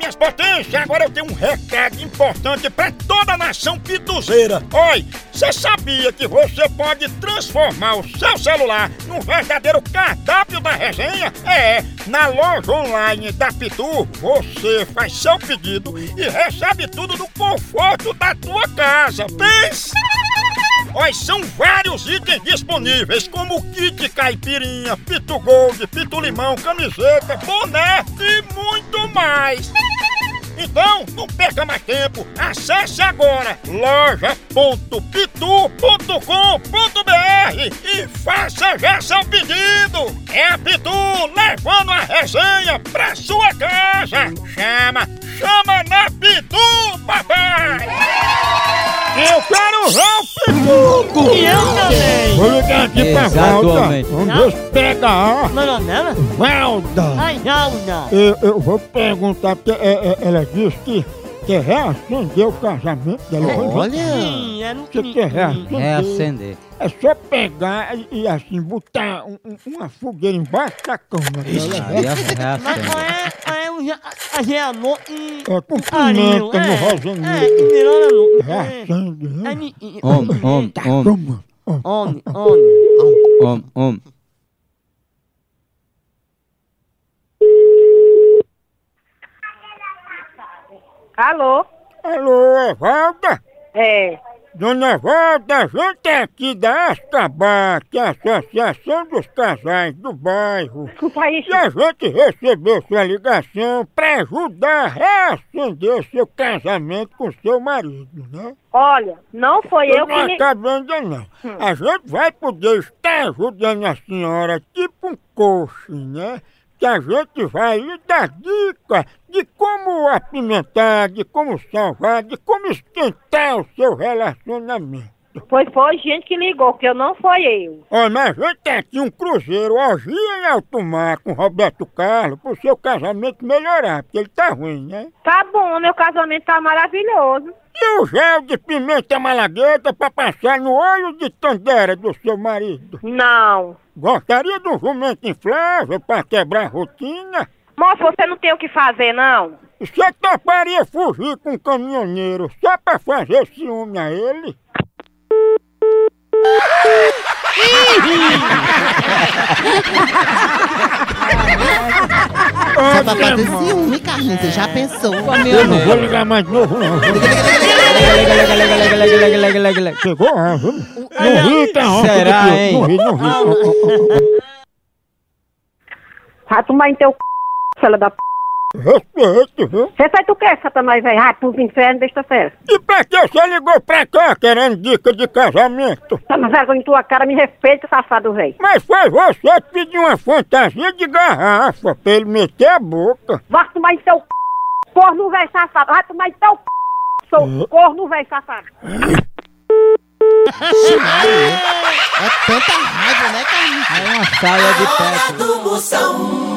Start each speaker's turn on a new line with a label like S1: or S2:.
S1: das potências, agora eu tenho um recado importante pra toda a nação pituzeira. Oi, você sabia que você pode transformar o seu celular num verdadeiro cardápio da resenha? É, na loja online da Pitu, você faz seu pedido e recebe tudo no conforto da tua casa. Pensa! Olha, são vários itens disponíveis, como kit caipirinha, pitu gold, pitu limão, camiseta, boné e muito mais. Então, não perca mais tempo. Acesse agora loja.pitu.com.br e faça já seu pedido. É a Pitu levando a resenha pra sua casa. Chama, chama na Pitu, papai! Eu quero ver o Pitu!
S2: E eu também!
S1: Vou ligar é aqui pra Um, Valda.
S3: Exatamente.
S1: Vamos ver se pega a
S2: Maronela?
S1: Valda.
S2: Ai, Alda!
S1: Eu, eu vou perguntar, porque é, é, ela disse que é quer reacender o casamento dela.
S3: Olha!
S2: Sim, era um
S1: Você quer
S2: crime.
S1: reacender?
S3: Reacender.
S1: É só pegar e, e assim, botar um- um- uma fogueira embaixo da cama. tá
S3: Aí
S1: Ela
S2: Mas qual
S3: reacende.
S2: é, qual é o ja- a geamor e
S1: é, é com
S2: carinho?
S1: pimenta
S2: É,
S1: no
S2: é,
S1: rosamento.
S2: que melhora louco. É.
S1: Reacende,
S2: É,
S1: né?
S2: ni- i-
S3: Homem, homem,
S1: Tá,
S3: homem,
S1: toma. Ó,
S2: Homem, homem.
S3: homem, homem.
S4: Alô?
S1: Alô, Evalda?
S4: É.
S1: Dona Evalda, a gente é aqui da Ascabá, que é a Associação dos Casais do Bairro.
S4: Desculpa aí.
S1: E a gente recebeu sua ligação para ajudar a reacender seu casamento com seu marido, né?
S4: Olha, não foi eu que
S1: não
S4: me... Hum.
S1: acabando não. A gente vai poder estar ajudando a senhora, tipo um coach, né? Que a gente vai lhe dar dica de como apimentar, de como salvar, de como esquentar o seu relacionamento.
S4: Pois foi gente que ligou, que eu não foi eu.
S1: Ó, mas a gente tem aqui um cruzeiro, orgia em alto mar com Roberto Carlos, pro seu casamento melhorar, porque ele tá ruim, né?
S4: Tá bom, meu casamento tá maravilhoso.
S1: E o gel de pimenta malagueta pra passar no olho de tandera do seu marido?
S4: Não.
S1: Gostaria de um jumento inflável para quebrar a rotina?
S4: Moço, você não tem o que fazer, não?
S1: Você toparia fugir com um caminhoneiro só para fazer ciúme a ele?
S5: Só pra fazer ciúme, Carlinhos, você já pensou?
S1: Eu não vou ligar mais de novo, não. Chegou a viu? Não ri, tá ronco
S3: Será,
S1: do pior.
S3: hein?
S1: Não ri, não ri. Ó, ó, ó.
S4: Vai tomar em teu c... fela da p...
S1: Respeito, viu?
S4: Você sai do que, satanás, velho? Vai pro inferno, besta fera.
S1: E pra que você ligou pra cá querendo dica de casamento?
S4: Toma vergonha em tua cara, me respeita, safado, velho.
S1: Mas foi você que pediu uma fantasia de garrafa pra ele meter a boca.
S4: Vai tomar em teu c... corno, velho, safado. Vai tomar em teu c... seu corno, velho, safado.
S5: É tanta raiva, né, Carlinhos?
S3: É uma saia de pé.
S6: do Moção.